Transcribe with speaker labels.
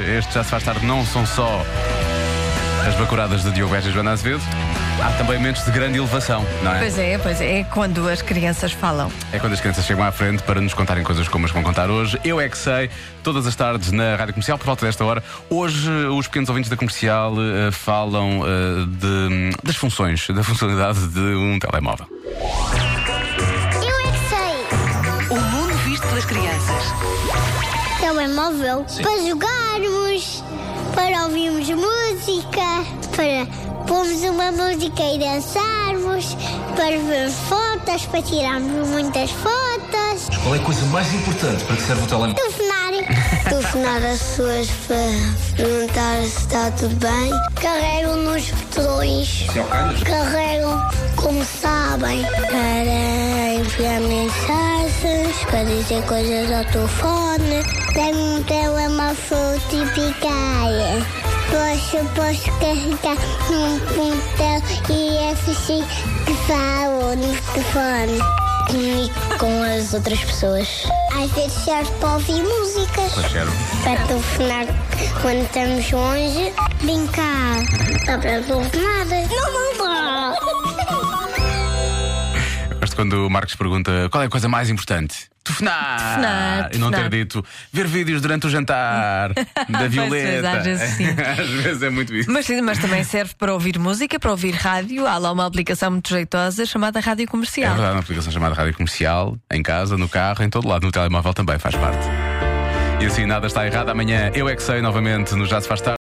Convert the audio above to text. Speaker 1: Este Já Se Faz Tarde não são só as bacuradas de Diogo Beja e Joana Azevedo, há também momentos de grande elevação, não é?
Speaker 2: Pois é, pois é, é quando as crianças falam.
Speaker 1: É quando as crianças chegam à frente para nos contarem coisas como as que vão contar hoje. Eu é que sei, todas as tardes na Rádio Comercial, por volta desta hora. Hoje eh, os pequenos ouvintes da comercial eh, falam eh, de, das funções, da funcionalidade de um telemóvel.
Speaker 3: Eu é que sei.
Speaker 4: O mundo visto pelas crianças.
Speaker 3: Telemóvel para jogarmos, para ouvirmos música, para pormos uma música e dançarmos, para ver fotos, para tirarmos muitas fotos,
Speaker 5: Qual é a coisa mais importante para que serve o telemóvel?
Speaker 3: telefonar. telefonar as pessoas para perguntar se está tudo bem. Carregam nos botões.
Speaker 5: É o calhas?
Speaker 3: Carregam, como sabem, para enviar mensagens, para dizer coisas ao telefone. Tem um telemóvel típico área. Posso, posso carregar num pontel e assistir que falo no telefone. Comunico com as outras pessoas. Às vezes serve para ouvir músicas
Speaker 1: Cheiro.
Speaker 3: para telefonar quando estamos longe. Tá Brincar. Está para telefonar. Não, não dá.
Speaker 1: Gosto quando o Marcos pergunta qual é a coisa mais importante. Telefonar!
Speaker 2: Telefonar,
Speaker 1: E não ter
Speaker 2: telefonar.
Speaker 1: dito ver vídeos durante o jantar da
Speaker 2: Pois,
Speaker 1: Violeta.
Speaker 2: às vezes sim.
Speaker 1: Às vezes é muito isso.
Speaker 2: Mas, mas também serve para ouvir música, para ouvir rádio. Há lá uma aplicação muito jeitosa chamada Rádio
Speaker 1: É
Speaker 2: Comercial.
Speaker 1: verdade, uma aplicação chamada Rádio Comercial, em casa, no carro, em todo lado, no telemóvel também faz parte. E assim nada está errado. Amanhã eu é que sei novamente no Já Se Faz Tarde.